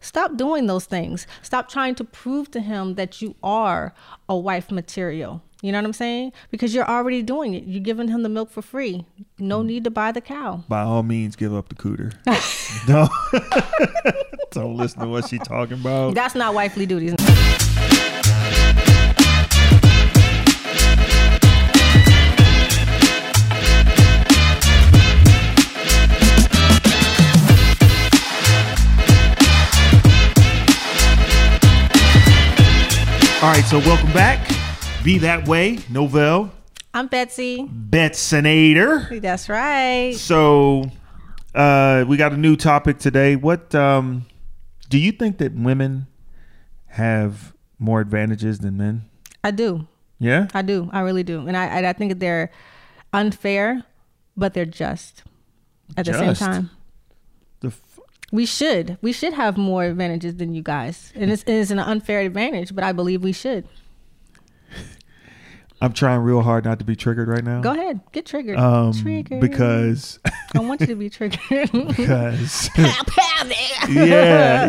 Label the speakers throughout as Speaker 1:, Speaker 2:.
Speaker 1: Stop doing those things. Stop trying to prove to him that you are a wife material. You know what I'm saying? Because you're already doing it. You're giving him the milk for free.
Speaker 2: Mm.
Speaker 1: No need to buy the cow.
Speaker 2: By all means, give up the cooter. no, don't listen to what she talking about.
Speaker 1: That's not wifely duties.
Speaker 2: All right, so welcome back. Be that way, Novell
Speaker 1: I'm Betsy.
Speaker 2: Betsonator.
Speaker 1: That's right.
Speaker 2: So, uh, we got a new topic today. What um, do you think that women have more advantages than men?
Speaker 1: I do.
Speaker 2: Yeah,
Speaker 1: I do. I really do. And I and I think that they're unfair, but they're just at the same
Speaker 2: Just?
Speaker 1: time.
Speaker 2: the f-
Speaker 1: We should. We should have more advantages than you guys. And it's, it's an unfair advantage, but I believe we should.
Speaker 2: I'm trying real hard not to be triggered right now.
Speaker 1: Go ahead. Get triggered.
Speaker 2: Mm. Um,
Speaker 1: triggered.
Speaker 2: because
Speaker 1: I want you to be triggered.
Speaker 2: because
Speaker 1: Pow, pow, nigga.
Speaker 2: yeah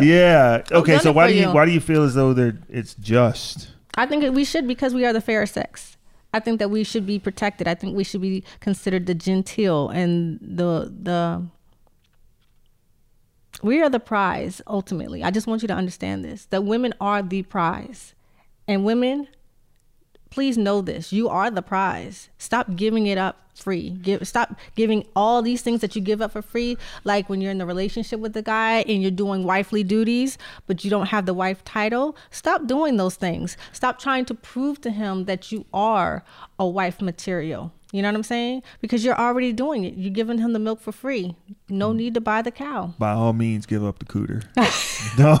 Speaker 2: yeah okay
Speaker 1: done
Speaker 2: so
Speaker 1: it
Speaker 2: why
Speaker 1: for
Speaker 2: do you
Speaker 1: you.
Speaker 2: why do you feel as though they're it's just
Speaker 1: I think that we should because we are the fair sex. I think that we should be protected. I think we should be considered the genteel and the the we are the prize ultimately. I just want you to understand this that women are the prize. And women, please know this. You are the prize. Stop giving it up free. Give stop giving all these things that you give up for free like when you're in the relationship with the guy and you're doing wifely duties but you don't have the wife title. Stop doing those things. Stop trying to prove to him that you are a wife material. You know what I'm saying? Because you're already doing it. You're giving him the milk for free. No
Speaker 2: Mm.
Speaker 1: need to buy the cow.
Speaker 2: by all means give up the cooter no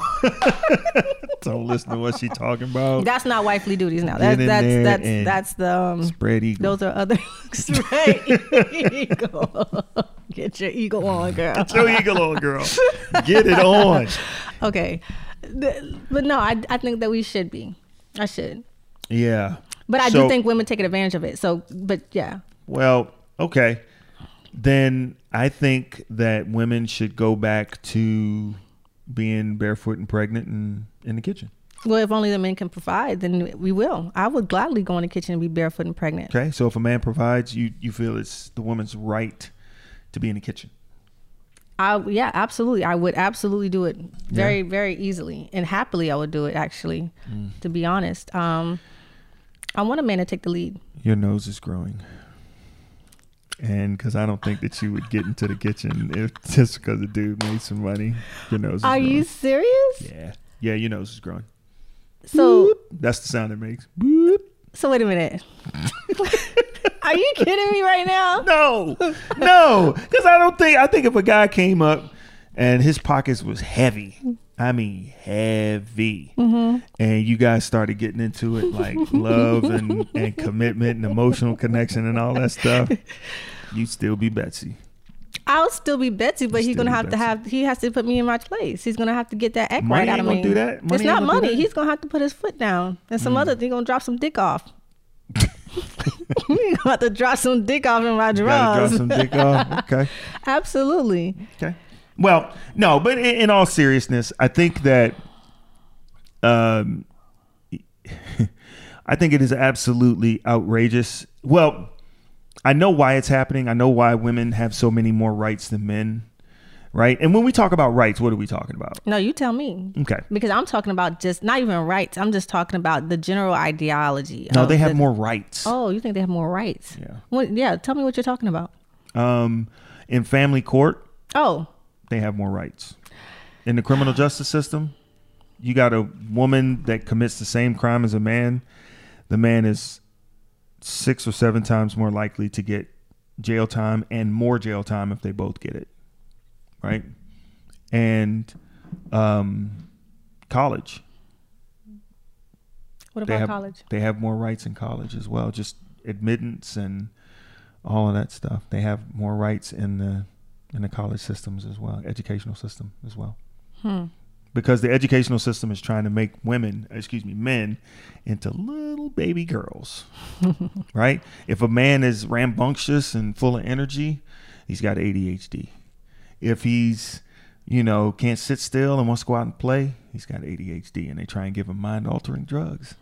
Speaker 2: don't listen to what she talking about
Speaker 1: That's not wifely duties now. That's
Speaker 2: Get in
Speaker 1: that's
Speaker 2: there
Speaker 1: that's
Speaker 2: and
Speaker 1: that's the um,
Speaker 2: spread eagle
Speaker 1: those are other right eagle. Get your eagle on, girl.
Speaker 2: Yo, eagle on girl get it on
Speaker 1: Okay, The- but no, I I think that we should be. I should,
Speaker 2: yeah
Speaker 1: but I
Speaker 2: So-
Speaker 1: do think women take advantage of it. So, but yeah,
Speaker 2: well okay then i think that women should go back to being barefoot and pregnant and in the kitchen
Speaker 1: well, if only the men can provide, then we will. I would gladly go in the kitchen and be barefoot and pregnant.
Speaker 2: okay so if a man provides you you feel it's the woman's right to be in the kitchen
Speaker 1: I yeah, absolutely. I would absolutely do it very very easily and happily. I would do it actually,
Speaker 2: Mm.
Speaker 1: to be honest. Um, I want a man to take the lead.
Speaker 2: Your nose is growing. And because I don't think that you would get into the kitchen if just because the dude made some money. Your nose is
Speaker 1: Are
Speaker 2: growing.
Speaker 1: you serious?
Speaker 2: Yeah. Yeah, your nose is growing.
Speaker 1: So
Speaker 2: That's the sound it makes. Boop.
Speaker 1: So wait a minute. Are you kidding me right now?
Speaker 2: No, no, because I don't think, I think if a guy came up and his pockets was heavy, I mean heavy,
Speaker 1: Mm-hmm.
Speaker 2: and you guys started getting into it like love and, and commitment and emotional connection and all that stuff, you'd still be Betsy.
Speaker 1: I'll still be Betsy, but he's
Speaker 2: Still
Speaker 1: gonna
Speaker 2: be
Speaker 1: have to
Speaker 2: Betsy.
Speaker 1: have he has to put me in my place. He's gonna have to get that act
Speaker 2: Money
Speaker 1: right out
Speaker 2: ain't
Speaker 1: of
Speaker 2: gonna
Speaker 1: me.
Speaker 2: do that. Money
Speaker 1: it's
Speaker 2: ain't
Speaker 1: not
Speaker 2: gonna do
Speaker 1: money.
Speaker 2: that. Hmm.
Speaker 1: He's gonna have to put his foot down and some other. He's gonna drop some dick off. He's gonna have to drop some dick off in my
Speaker 2: Gotta drop
Speaker 1: drawers.
Speaker 2: some dick off. Okay.
Speaker 1: Absolutely.
Speaker 2: Okay. Well, no, but in, in all seriousness, I think that, um, I think it is absolutely outrageous. Well, I know why it's happening. I know why women have so many more rights than men, right? And when we talk about rights, what are we talking about?
Speaker 1: No, you tell me.
Speaker 2: Okay.
Speaker 1: Because I'm talking about just not even rights. I'm just talking about the general ideology.
Speaker 2: No,
Speaker 1: of
Speaker 2: they have
Speaker 1: Oh, the-
Speaker 2: more rights.
Speaker 1: Oh, you think they have more rights?
Speaker 2: Yeah.
Speaker 1: What, yeah. Tell me what you're talking about.
Speaker 2: Um, in family court,
Speaker 1: Oh,
Speaker 2: they have more rights. In the criminal justice system, you got a woman that commits the same crime as a man. The man is six or seven times more likely to get jail time and more jail time if they both get it. Right? And um, college.
Speaker 1: what
Speaker 2: They
Speaker 1: about
Speaker 2: have,
Speaker 1: college?
Speaker 2: they have more rights in college as well, just admittance and all of that stuff. They have more rights in the in the college systems as well, educational system as well.
Speaker 1: Hmm.
Speaker 2: Because the educational system is trying to make women, excuse me, men into little baby girls. right? If a man is rambunctious and full of energy, he's got ADHD. If he's you know, can't sit still and wants to go out and play, he's got ADHD and they try and give him mind altering drugs.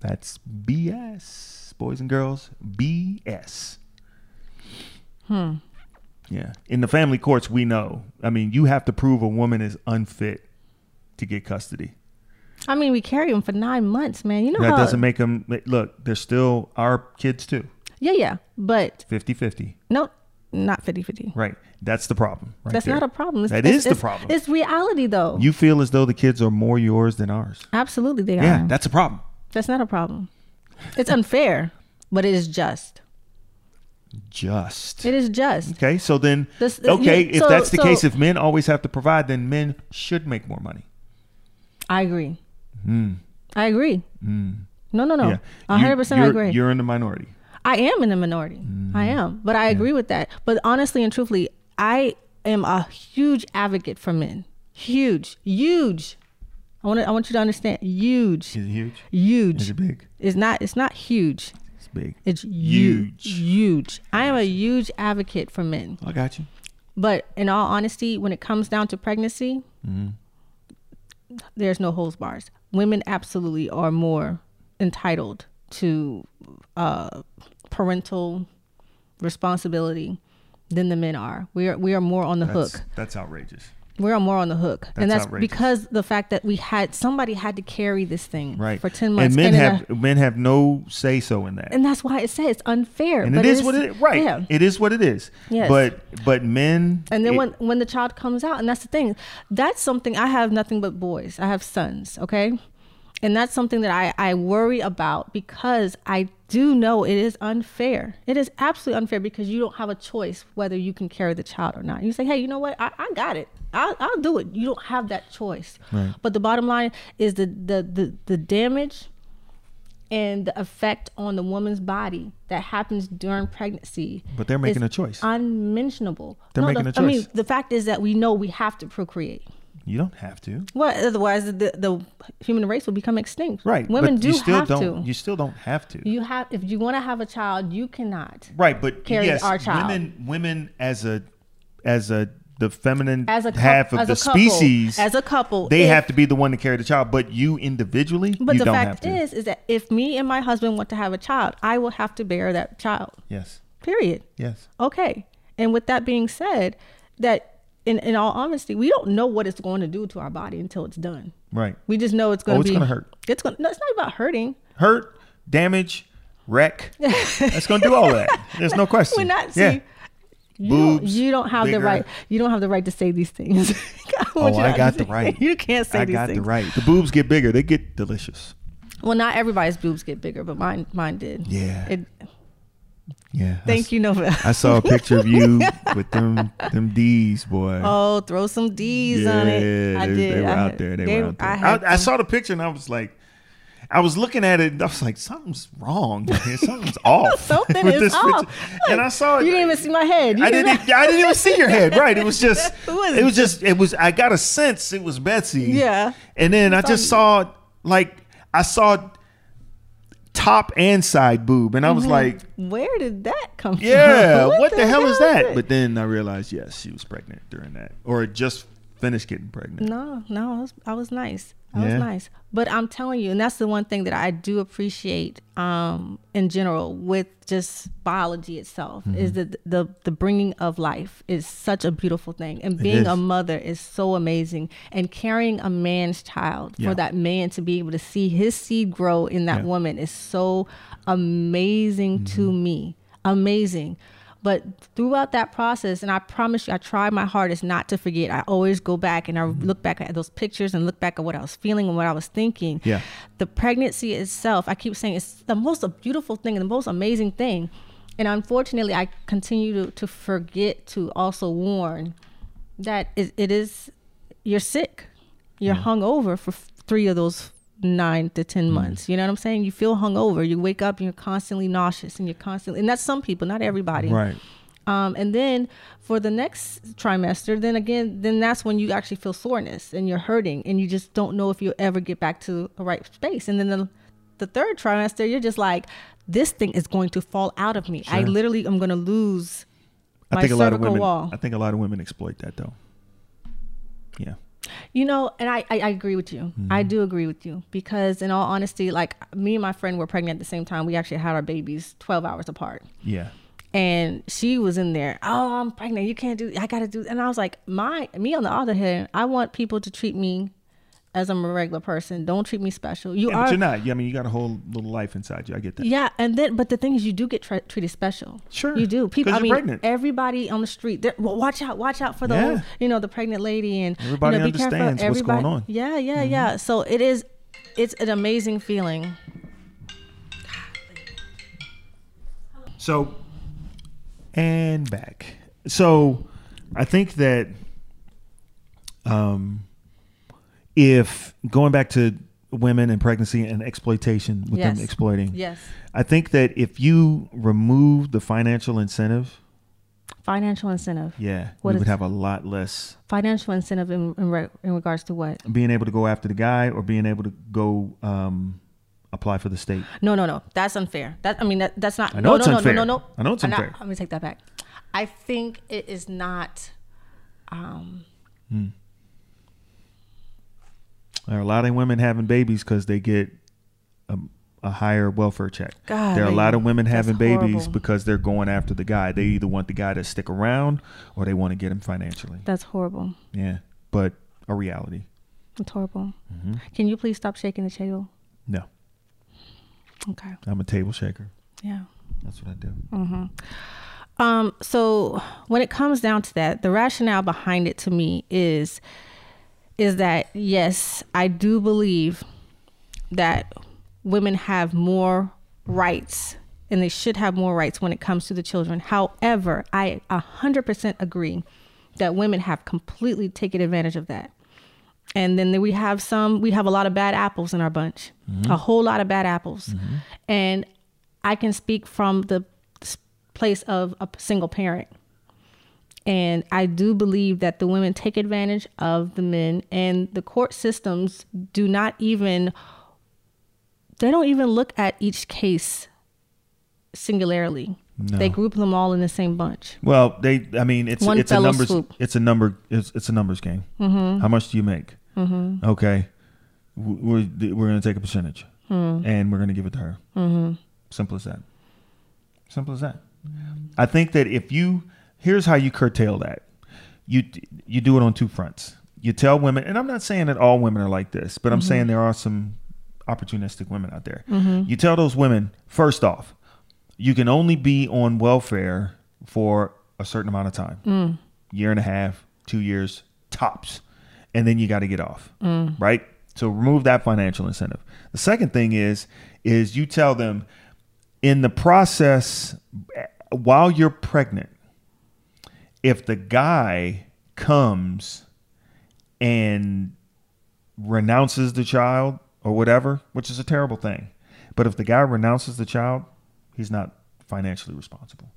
Speaker 2: That's BS, boys and girls. BS. Hmm. Yeah. In the family courts, we know. I mean, you have to prove a woman is unfit to get custody.
Speaker 1: I mean, we carry them for nine months, man. You know
Speaker 2: That
Speaker 1: how?
Speaker 2: doesn't make them look, they're still our kids too.
Speaker 1: yeah, yeah, but
Speaker 2: 50 50.
Speaker 1: no, not 50-50.
Speaker 2: Right. That's the problem. Right
Speaker 1: That's
Speaker 2: there.
Speaker 1: not a problem. It's,
Speaker 2: That
Speaker 1: it's-
Speaker 2: is the
Speaker 1: it's-
Speaker 2: problem.
Speaker 1: It's reality, though.
Speaker 2: You feel as though the kids are more yours than ours.
Speaker 1: Absolutely, they
Speaker 2: Yeah,
Speaker 1: are.
Speaker 2: that's a problem.
Speaker 1: That's not a problem. It's unfair, but it is just.
Speaker 2: Just.
Speaker 1: It is just.
Speaker 2: Okay, so then,
Speaker 1: This-
Speaker 2: okay,
Speaker 1: you-
Speaker 2: if
Speaker 1: so-
Speaker 2: that's the
Speaker 1: so-
Speaker 2: case, if men always have to provide, then men should make more money.
Speaker 1: I agree. I agree. No, no, no. A
Speaker 2: Hmm. You-
Speaker 1: hundred percent, Oh, I
Speaker 2: you're-
Speaker 1: agree.
Speaker 2: You're in the minority.
Speaker 1: I am in the minority. I
Speaker 2: Mm.
Speaker 1: am, but I agree with that. But honestly and truthfully, I am a huge advocate for men. Huge, huge. I want to, I want you to understand. Huge,
Speaker 2: Is it huge? Is
Speaker 1: huge.
Speaker 2: it big?
Speaker 1: It's not. It's not huge.
Speaker 2: It's big.
Speaker 1: It's huge.
Speaker 2: Huge.
Speaker 1: Huge. I am a huge advocate for men.
Speaker 2: I got you.
Speaker 1: But in all honesty, when it comes down to pregnancy,
Speaker 2: Mm-hmm.
Speaker 1: there's no holds bars. Women absolutely are more entitled to uh, parental responsibility than the men are. We are we are more on the
Speaker 2: That's,
Speaker 1: hook.
Speaker 2: that's outrageous.
Speaker 1: We are more on the hook, and
Speaker 2: That's
Speaker 1: that's
Speaker 2: outrageous.
Speaker 1: because the fact that we had somebody had to carry this thing
Speaker 2: Right.
Speaker 1: for ten months,
Speaker 2: and men
Speaker 1: in
Speaker 2: have
Speaker 1: a-
Speaker 2: men have no say so in that.
Speaker 1: and that's why it says it's unfair.
Speaker 2: And
Speaker 1: but
Speaker 2: it is what it right.
Speaker 1: Yeah.
Speaker 2: It is what it is.
Speaker 1: Yes.
Speaker 2: But but men
Speaker 1: And then
Speaker 2: it-
Speaker 1: when when the child comes out, and that's the thing, that's something I have nothing but boys. I have sons, okay, and that's something that I I worry about because I do know it is unfair. It is absolutely unfair because you don't have a choice whether you can carry the child or not. You say, hey, you know what? I, I got it. I'll, I'll do it. You don't have that choice.
Speaker 2: Right.
Speaker 1: But the bottom line is the the the, the damage and the effect on the woman's body that happens during pregnancy.
Speaker 2: But they're making
Speaker 1: is
Speaker 2: a choice.
Speaker 1: Unmentionable.
Speaker 2: They're making
Speaker 1: the,
Speaker 2: a
Speaker 1: I mean,
Speaker 2: choice.
Speaker 1: the fact is that we know we have to procreate.
Speaker 2: you don't have to.
Speaker 1: What otherwise the, the human race will become extinct.
Speaker 2: Right.
Speaker 1: Women
Speaker 2: but
Speaker 1: do
Speaker 2: you still
Speaker 1: have
Speaker 2: don't
Speaker 1: to.
Speaker 2: you still don't have to.
Speaker 1: You have if you want to have a child, you cannot.
Speaker 2: right but
Speaker 1: carries
Speaker 2: yes,
Speaker 1: our child.
Speaker 2: women women as a as a the feminine
Speaker 1: As a cou-
Speaker 2: half of
Speaker 1: as
Speaker 2: the
Speaker 1: a couple-
Speaker 2: species
Speaker 1: as a couple,
Speaker 2: they
Speaker 1: if-
Speaker 2: have to be the one to carry the child but you individually
Speaker 1: But
Speaker 2: you
Speaker 1: the
Speaker 2: don't have
Speaker 1: fact
Speaker 2: to
Speaker 1: is is that if me and my husband want to have a child, I will have to bear that child.
Speaker 2: yes
Speaker 1: Period.
Speaker 2: yes
Speaker 1: Okay. And with that being said, that in, in all honesty, we don't know what it's going to do to our body until it's done.
Speaker 2: right
Speaker 1: We just know it's going to
Speaker 2: Oh, it's
Speaker 1: be.
Speaker 2: gonna hurt.
Speaker 1: It's going. No, it's not about hurting.
Speaker 2: hurt damage wreck that's gonna do all that there's no question
Speaker 1: We're not. See,
Speaker 2: yeah
Speaker 1: you, don't,
Speaker 2: Boobs,
Speaker 1: you don't have
Speaker 2: bigger.
Speaker 1: the right. You don't have the right to say these things. I want
Speaker 2: Oh,
Speaker 1: you to
Speaker 2: I got the
Speaker 1: understand.
Speaker 2: right.
Speaker 1: You can't say
Speaker 2: i
Speaker 1: these
Speaker 2: got
Speaker 1: things.
Speaker 2: the right the boobs get bigger they get delicious
Speaker 1: Well, not everybody's boobs get bigger, but mine, mine did.
Speaker 2: Yeah.
Speaker 1: It,
Speaker 2: yeah I
Speaker 1: thank
Speaker 2: s-
Speaker 1: you, Nova.
Speaker 2: i saw a picture of you with them them d's boy
Speaker 1: Oh, throw some D's on it. I
Speaker 2: they,
Speaker 1: did.
Speaker 2: They were
Speaker 1: I
Speaker 2: out
Speaker 1: had-
Speaker 2: there. They, were out there.
Speaker 1: I,
Speaker 2: I,
Speaker 1: had
Speaker 2: I, saw the picture and I was like, I was looking at it and I was like, something's wrong. here. Something's off.
Speaker 1: something
Speaker 2: with
Speaker 1: is
Speaker 2: this
Speaker 1: off.
Speaker 2: picture.
Speaker 1: Look,
Speaker 2: and I saw it.
Speaker 1: You didn't even see my head. You
Speaker 2: I didn't.
Speaker 1: not-
Speaker 2: even- I didn't even see your head. Right. It was just.
Speaker 1: It was-
Speaker 2: It was just. It was. I got a sense it was Betsy.
Speaker 1: Yeah.
Speaker 2: And then I just saw like I saw top and side boob, and I
Speaker 1: Mm-hmm.
Speaker 2: was like,
Speaker 1: Where did that come from?
Speaker 2: yeah, what, the, hell, is that?
Speaker 1: it?
Speaker 2: But then I realized, yes, she was pregnant during that, or had just finished getting pregnant.
Speaker 1: No, no, I was, I was nice. I
Speaker 2: Yeah.
Speaker 1: was nice. But I'm telling you, and that's the one thing that I do appreciate um, in general with just biology itself is
Speaker 2: Mm-hmm.
Speaker 1: that the the bringing of life is such a beautiful thing, and being a
Speaker 2: is.
Speaker 1: mother is so amazing, and carrying a man's child
Speaker 2: Yeah.
Speaker 1: for that man to be able to see his seed grow in that
Speaker 2: Yeah. Mm-hmm.
Speaker 1: woman is so amazing to me, amazing. But throughout that process, and I promise you, I try my hardest not to forget. I always go back and I
Speaker 2: Mm-hmm.
Speaker 1: look back at those pictures and look back at what I was feeling and what I was thinking.
Speaker 2: Yeah.
Speaker 1: The pregnancy itself, I keep saying it's the most beautiful thing and the most amazing thing. And unfortunately, I continue to, to forget to also warn that it, it is, you're sick. You're
Speaker 2: Mm.
Speaker 1: hung hungover for f- three of those nine to 10 months. You know what I'm saying? You feel hungover. You wake up and you're constantly nauseous and you're constantly, and that's some people, not everybody.
Speaker 2: Right.
Speaker 1: Um, and then for the next trimester, then again, then that's when you actually feel soreness and you're hurting and you just don't know if you'll ever get back to a right space. And then the, the third trimester, you're just like, this thing is going to fall out of me. I
Speaker 2: Sure.
Speaker 1: literally am going to lose
Speaker 2: I
Speaker 1: my
Speaker 2: think a lot of
Speaker 1: cervical
Speaker 2: women.
Speaker 1: wall.
Speaker 2: I think a lot of women exploit that though. Yeah.
Speaker 1: You know, and I, I, I agree with you.
Speaker 2: Mm-hmm.
Speaker 1: I do agree with you because, in all honesty, like me and my friend were pregnant at the same time. We actually had our babies 12 hours apart.
Speaker 2: Yeah.
Speaker 1: And she was in there, oh, I'm pregnant. You can't do, I got to do. And I was like, my, me on the other hand, I want people to treat me as I'm a regular person. Don't treat me special. You
Speaker 2: Yeah,
Speaker 1: are.
Speaker 2: but you're not. Yeah, I mean, you got a whole little life inside you. I get that.
Speaker 1: Yeah, and then but the thing is, you do get tra- treated special.
Speaker 2: Sure,
Speaker 1: you do.
Speaker 2: 'cause
Speaker 1: People, I
Speaker 2: you're
Speaker 1: mean,
Speaker 2: pregnant.
Speaker 1: everybody on the street. they're, Well, watch out, watch out for the
Speaker 2: Yeah.
Speaker 1: old, you know the pregnant lady and you know, be
Speaker 2: Everybody
Speaker 1: careful.
Speaker 2: understands what's going on. Mm-hmm.
Speaker 1: Yeah, yeah, yeah. So it is, it's an amazing feeling.
Speaker 2: So, and back. So, I think that um, if going back to women and pregnancy and exploitation with
Speaker 1: Yes.
Speaker 2: them exploiting,
Speaker 1: Yes,
Speaker 2: I think that if you remove the financial incentive,
Speaker 1: financial incentive.
Speaker 2: yeah,
Speaker 1: What
Speaker 2: we
Speaker 1: is-
Speaker 2: would have a lot less
Speaker 1: Financial incentive in in, re- in regards to what?
Speaker 2: being able to go after the guy or being able to go um, apply for the state.
Speaker 1: No, no, no. That's unfair. That I mean, that, that's not.
Speaker 2: I know
Speaker 1: no,
Speaker 2: it's
Speaker 1: no,
Speaker 2: unfair.
Speaker 1: no, no, no, no.
Speaker 2: I know it's
Speaker 1: I'm not-
Speaker 2: unfair.
Speaker 1: I'm gonna take that back. I think it is not. Um,
Speaker 2: There are a lot of women having babies because they get a, a higher welfare check.
Speaker 1: God,
Speaker 2: there are a lot of women
Speaker 1: that's
Speaker 2: having babies
Speaker 1: horrible.
Speaker 2: because they're going after the guy. They either want the guy to stick around or they want to get him financially.
Speaker 1: that's horrible.
Speaker 2: Yeah, but a reality.
Speaker 1: It's horrible.
Speaker 2: Mm-hmm.
Speaker 1: Can you please stop shaking the table?
Speaker 2: No,
Speaker 1: Okay.
Speaker 2: I'm a table shaker.
Speaker 1: Yeah.
Speaker 2: That's what I do.
Speaker 1: Mm. Um, so when it comes down to that, the rationale behind it to me is is that yes, I do believe that women have more rights and they should have more rights when it comes to the children. However, I 100% agree that women have completely taken advantage of that. And then we have some, we have a lot of bad apples in our bunch, a whole lot of bad apples. And I can speak from the s- place of a p- single parent. And I do believe that the women take advantage of the men, and the court systems do not even, they don't even look at each case singularly. They group them all in the same bunch.
Speaker 2: Well, they. I mean, it's
Speaker 1: One
Speaker 2: it's a
Speaker 1: fell
Speaker 2: numbers.
Speaker 1: swoop.
Speaker 2: It's a number. It's, it's a numbers game. How much do you make? Mm-hmm. Okay, W- we're we're going to take a percentage,
Speaker 1: Hmm.
Speaker 2: and we're going to give it to her. Mm-hmm. Simple as that. Simple as that. I think that if you here's how you curtail that. You you do it on two fronts. You tell women, and I'm not saying that all women are like this, but I'm saying there are some opportunistic women out there. You tell those women first off, you can only be on welfare for a certain amount of time year and a half two years tops and then you got to get off right so remove that financial incentive the second thing is is you tell them in the process while you're pregnant if the guy comes and renounces the child or whatever, which is a terrible thing. But if the guy renounces the child, he's not financially responsible.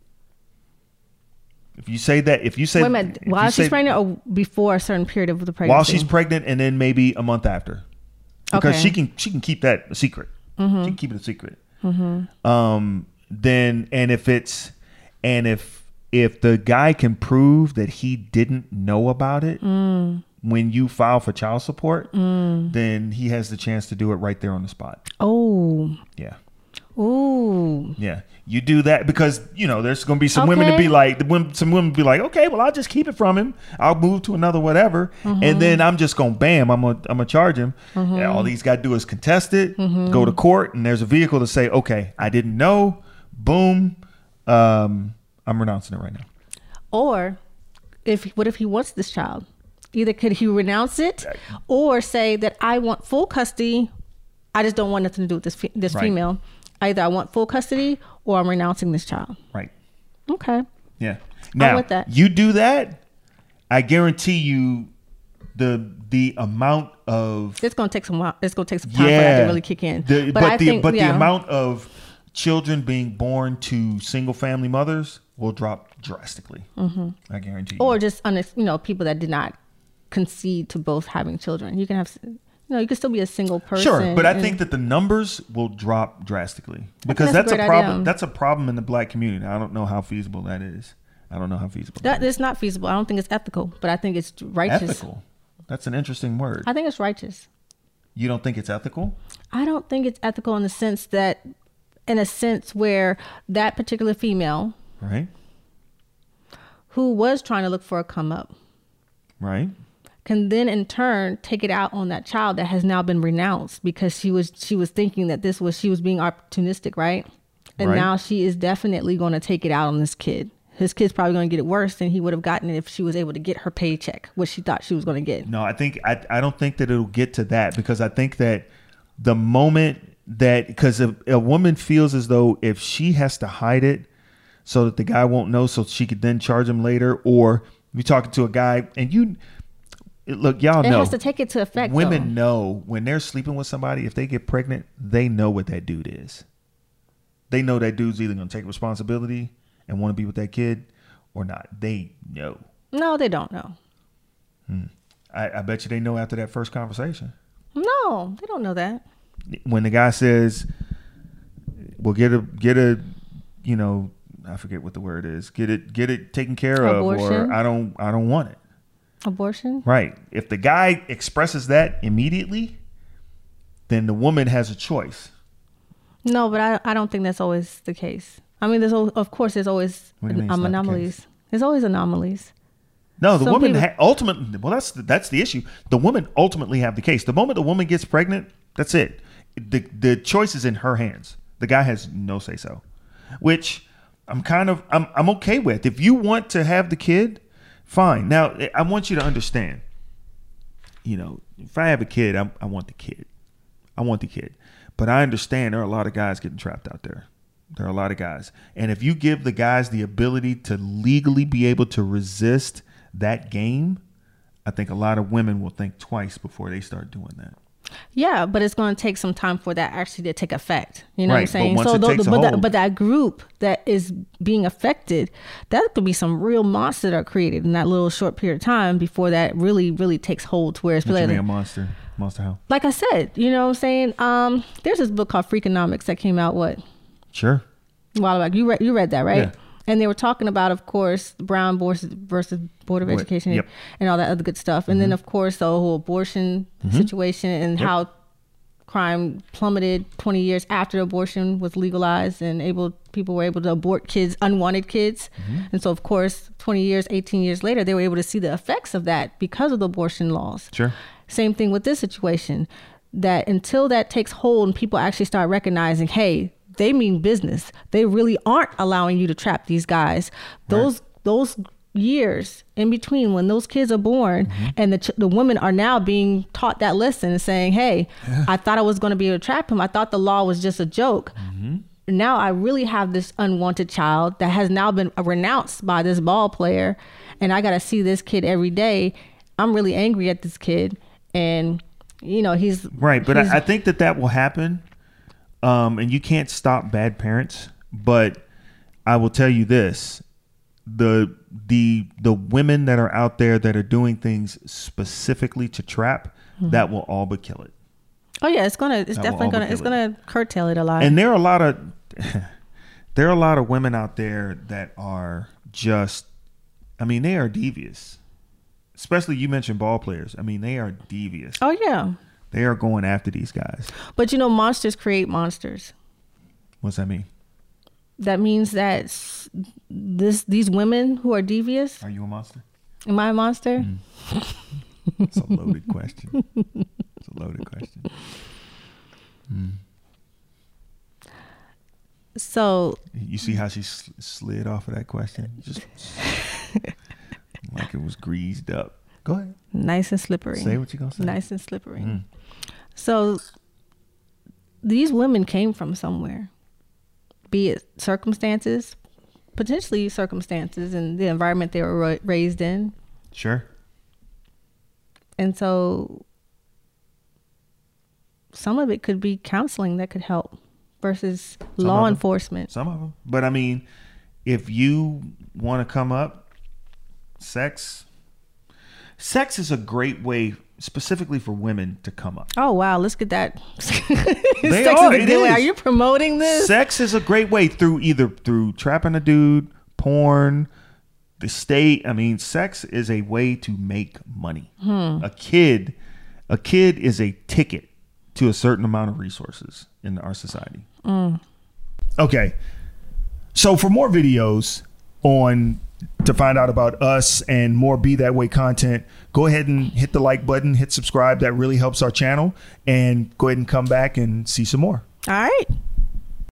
Speaker 2: If you say that, if you say
Speaker 1: Wait a minute,
Speaker 2: if
Speaker 1: while
Speaker 2: you
Speaker 1: she's
Speaker 2: say-
Speaker 1: pregnant or before a certain period of the pregnancy?
Speaker 2: while she's pregnant, and then maybe a month after, because
Speaker 1: Okay. Mm-hmm.
Speaker 2: she can she can keep that a secret. She can keep it a secret. Um, then and if it's and if if the guy can prove that he didn't know about it
Speaker 1: Mm.
Speaker 2: when you file for child support, then he has the chance to do it right there on the spot.
Speaker 1: Oh,
Speaker 2: Yeah.
Speaker 1: ooh.
Speaker 2: Yeah, you do that because you know there's going to be some women to
Speaker 1: Okay.
Speaker 2: be like the women, some women be like, okay, well I'll just keep it from him. I'll move to another whatever,
Speaker 1: Mm-hmm.
Speaker 2: and then I'm just going to bam, I'm gonna I'm gonna charge him. And all he's got to do is contest it,
Speaker 1: Mm-hmm.
Speaker 2: go to court, and there's a vehicle to say, okay, I didn't know. Boom, um, I'm renouncing it right now.
Speaker 1: Or if what if he wants this child? Either could he renounce it, or say that I want full custody. I just don't want nothing to do with this fe- this
Speaker 2: Right.
Speaker 1: female. Either I want full custody, or I'm renouncing this child.
Speaker 2: Right.
Speaker 1: Okay.
Speaker 2: Yeah. Now
Speaker 1: with that.
Speaker 2: you do that, I guarantee you, the the amount of
Speaker 1: It's gonna take some while. It's gonna take some time for that to really kick in.
Speaker 2: The- but
Speaker 1: I
Speaker 2: the,
Speaker 1: think
Speaker 2: but
Speaker 1: yeah.
Speaker 2: the amount of children being born to single family mothers will drop drastically. I guarantee you.
Speaker 1: Mm-hmm. or just on you know people that did not concede to both having children. You can have s- you know you can still be a single person.
Speaker 2: sure, but I
Speaker 1: and-
Speaker 2: think that the numbers will drop drastically because
Speaker 1: that's
Speaker 2: that's,
Speaker 1: a
Speaker 2: a,
Speaker 1: great
Speaker 2: problem.
Speaker 1: idea.
Speaker 2: That's a problem in the black community. I don't know how feasible that is. I don't know how feasible.
Speaker 1: that it's not feasible. I don't think it's ethical, but I think it's righteous.
Speaker 2: ethical. That's an interesting word.
Speaker 1: I think it's righteous.
Speaker 2: You don't think it's ethical?
Speaker 1: I don't think it's ethical in the sense that, in a sense where that particular female
Speaker 2: Right?
Speaker 1: who was trying to look for a come up
Speaker 2: Right?
Speaker 1: can then in turn take it out on that child that has now been renounced because she was she was thinking that this was she was being opportunistic, right? And
Speaker 2: Right.
Speaker 1: now she is definitely going to take it out on this kid. His kid's probably going to get it worse than he would have gotten it if she was able to get her paycheck, what she thought she was going to get.
Speaker 2: No, I think I, I don't think that it'll get to that because I think that the moment that because a, a woman feels as though if she has to hide it so that the guy won't know so she could then charge him later or you talking to a guy and you look y'all
Speaker 1: It
Speaker 2: know
Speaker 1: has to take it to effect.
Speaker 2: women know when they're sleeping with somebody if they get pregnant they know what that dude is they know that dude's either going to take responsibility and want to be with that kid or not they know
Speaker 1: though. No, they don't know.
Speaker 2: I, I bet you they know after that first conversation
Speaker 1: No, they don't know that.
Speaker 2: when the guy says, "Well, get a get a, you know, I forget what the word is. Get it get it taken care of,
Speaker 1: Abortion?
Speaker 2: or I don't I don't want it."
Speaker 1: Abortion.
Speaker 2: Right. If the guy expresses that immediately, then the woman has a choice.
Speaker 1: No, but I, I don't think that's always the case. I mean, there's al- of course there's always
Speaker 2: What do you mean it's
Speaker 1: um,
Speaker 2: not the
Speaker 1: anomalies. there's always anomalies.
Speaker 2: No, the
Speaker 1: Some
Speaker 2: woman
Speaker 1: people-
Speaker 2: ha- ultimately. Well, that's the, that's the issue. The woman ultimately have the case. The moment the woman gets pregnant, that's it. the The choice is in her hands. The guy has no say so, which I'm kind of I'm I'm okay with. If you want to have the kid, fine. Now I- I want you to understand. You know, if I have a kid, I, I want the kid. I want the kid, but I understand there are a lot of guys getting trapped out there. There are a lot of guys, and if you give the guys the ability to legally be able to resist that game, I think a lot of women will think twice before they start doing that.
Speaker 1: Yeah, but it's going to take some time for that actually to take effect. You know what I'm
Speaker 2: Right, but
Speaker 1: saying?
Speaker 2: once it
Speaker 1: tho-
Speaker 2: takes
Speaker 1: but that,
Speaker 2: hold-
Speaker 1: but that group that is being affected, that could be some real monster that are created in that little short period of time before that really really takes hold to where it's
Speaker 2: What you
Speaker 1: like,
Speaker 2: mean, a monster, monster how?
Speaker 1: like I said, you know what I'm saying? Um, there's this book called Freakonomics that came out what
Speaker 2: Sure.
Speaker 1: a while back. You read you read that, right?
Speaker 2: Yeah.
Speaker 1: And they were talking about, of course, Brown versus, versus Board of
Speaker 2: What-
Speaker 1: Education
Speaker 2: yep. Mm-hmm.
Speaker 1: and all that other good stuff. And then, of course, the whole abortion situation and
Speaker 2: Yep.
Speaker 1: how crime plummeted 20 years after abortion was legalized and able people were able to abort kids, unwanted kids.
Speaker 2: Mm-hmm.
Speaker 1: And so, of course, 20 years, 18 years later, they were able to see the effects of that because of the abortion laws.
Speaker 2: Sure.
Speaker 1: Same thing with this situation. That until that takes hold and people actually start recognizing, hey, they mean business. They really aren't allowing you to trap these guys. Those those years in between when those kids are born and the ch- the women are now being taught that lesson and saying, hey, I thought I was going to be able to trap him. I thought the law was just a joke. Now I really have this unwanted child that has now been renounced by this ball player, and I got to see this kid every day. I'm really angry at this kid, and you know he's
Speaker 2: Right, but
Speaker 1: he's-
Speaker 2: I, I think that that will happen, um, and you can't stop bad parents. But I will tell you this: the the the women that are out there that are doing things specifically to trap,
Speaker 1: Mm-hmm.
Speaker 2: that will all but kill it.
Speaker 1: oh yeah, it's gonna it's
Speaker 2: will
Speaker 1: definitely gonna it's
Speaker 2: overkill it.
Speaker 1: gonna curtail it a lot.
Speaker 2: and there are a lot of there are a lot of women out there that are just i mean they are devious especially you mentioned ball players i mean they are devious
Speaker 1: oh yeah,
Speaker 2: they are going after these guys
Speaker 1: but you know monsters create monsters.
Speaker 2: what's that mean
Speaker 1: That means that s- this these women who are devious.
Speaker 2: are you a monster
Speaker 1: Am I a monster?
Speaker 2: Mm-hmm. it's a loaded question it's a loaded question
Speaker 1: So
Speaker 2: you see how she sl- slid off of that question just like it was greased up go ahead
Speaker 1: nice and slippery.
Speaker 2: say what you're gonna say
Speaker 1: nice and slippery.
Speaker 2: Mm.
Speaker 1: So these women came from somewhere, be it circumstances, potentially circumstances, and the environment they were ra- raised in.
Speaker 2: sure
Speaker 1: And so some of it could be counseling that could help versus
Speaker 2: of
Speaker 1: law
Speaker 2: them.
Speaker 1: enforcement.
Speaker 2: Some of them. But I mean, if you want to come up, sex, sex is a great way, specifically for women to come up.
Speaker 1: Oh wow, let's get that. Sex
Speaker 2: are,
Speaker 1: is a
Speaker 2: it
Speaker 1: good way. Are
Speaker 2: is.
Speaker 1: you promoting this?
Speaker 2: Sex is a great way through either through trapping a dude, porn, th-
Speaker 3: The state, I mean, sex is a way to make money. A kid, a kid is a ticket to a certain amount of resources in our society.
Speaker 2: Okay. So for more videos on to find out about us and more Be That Way content, go ahead and hit the like button, hit subscribe. That really helps our channel. And go ahead and come back and see some more.
Speaker 1: All right.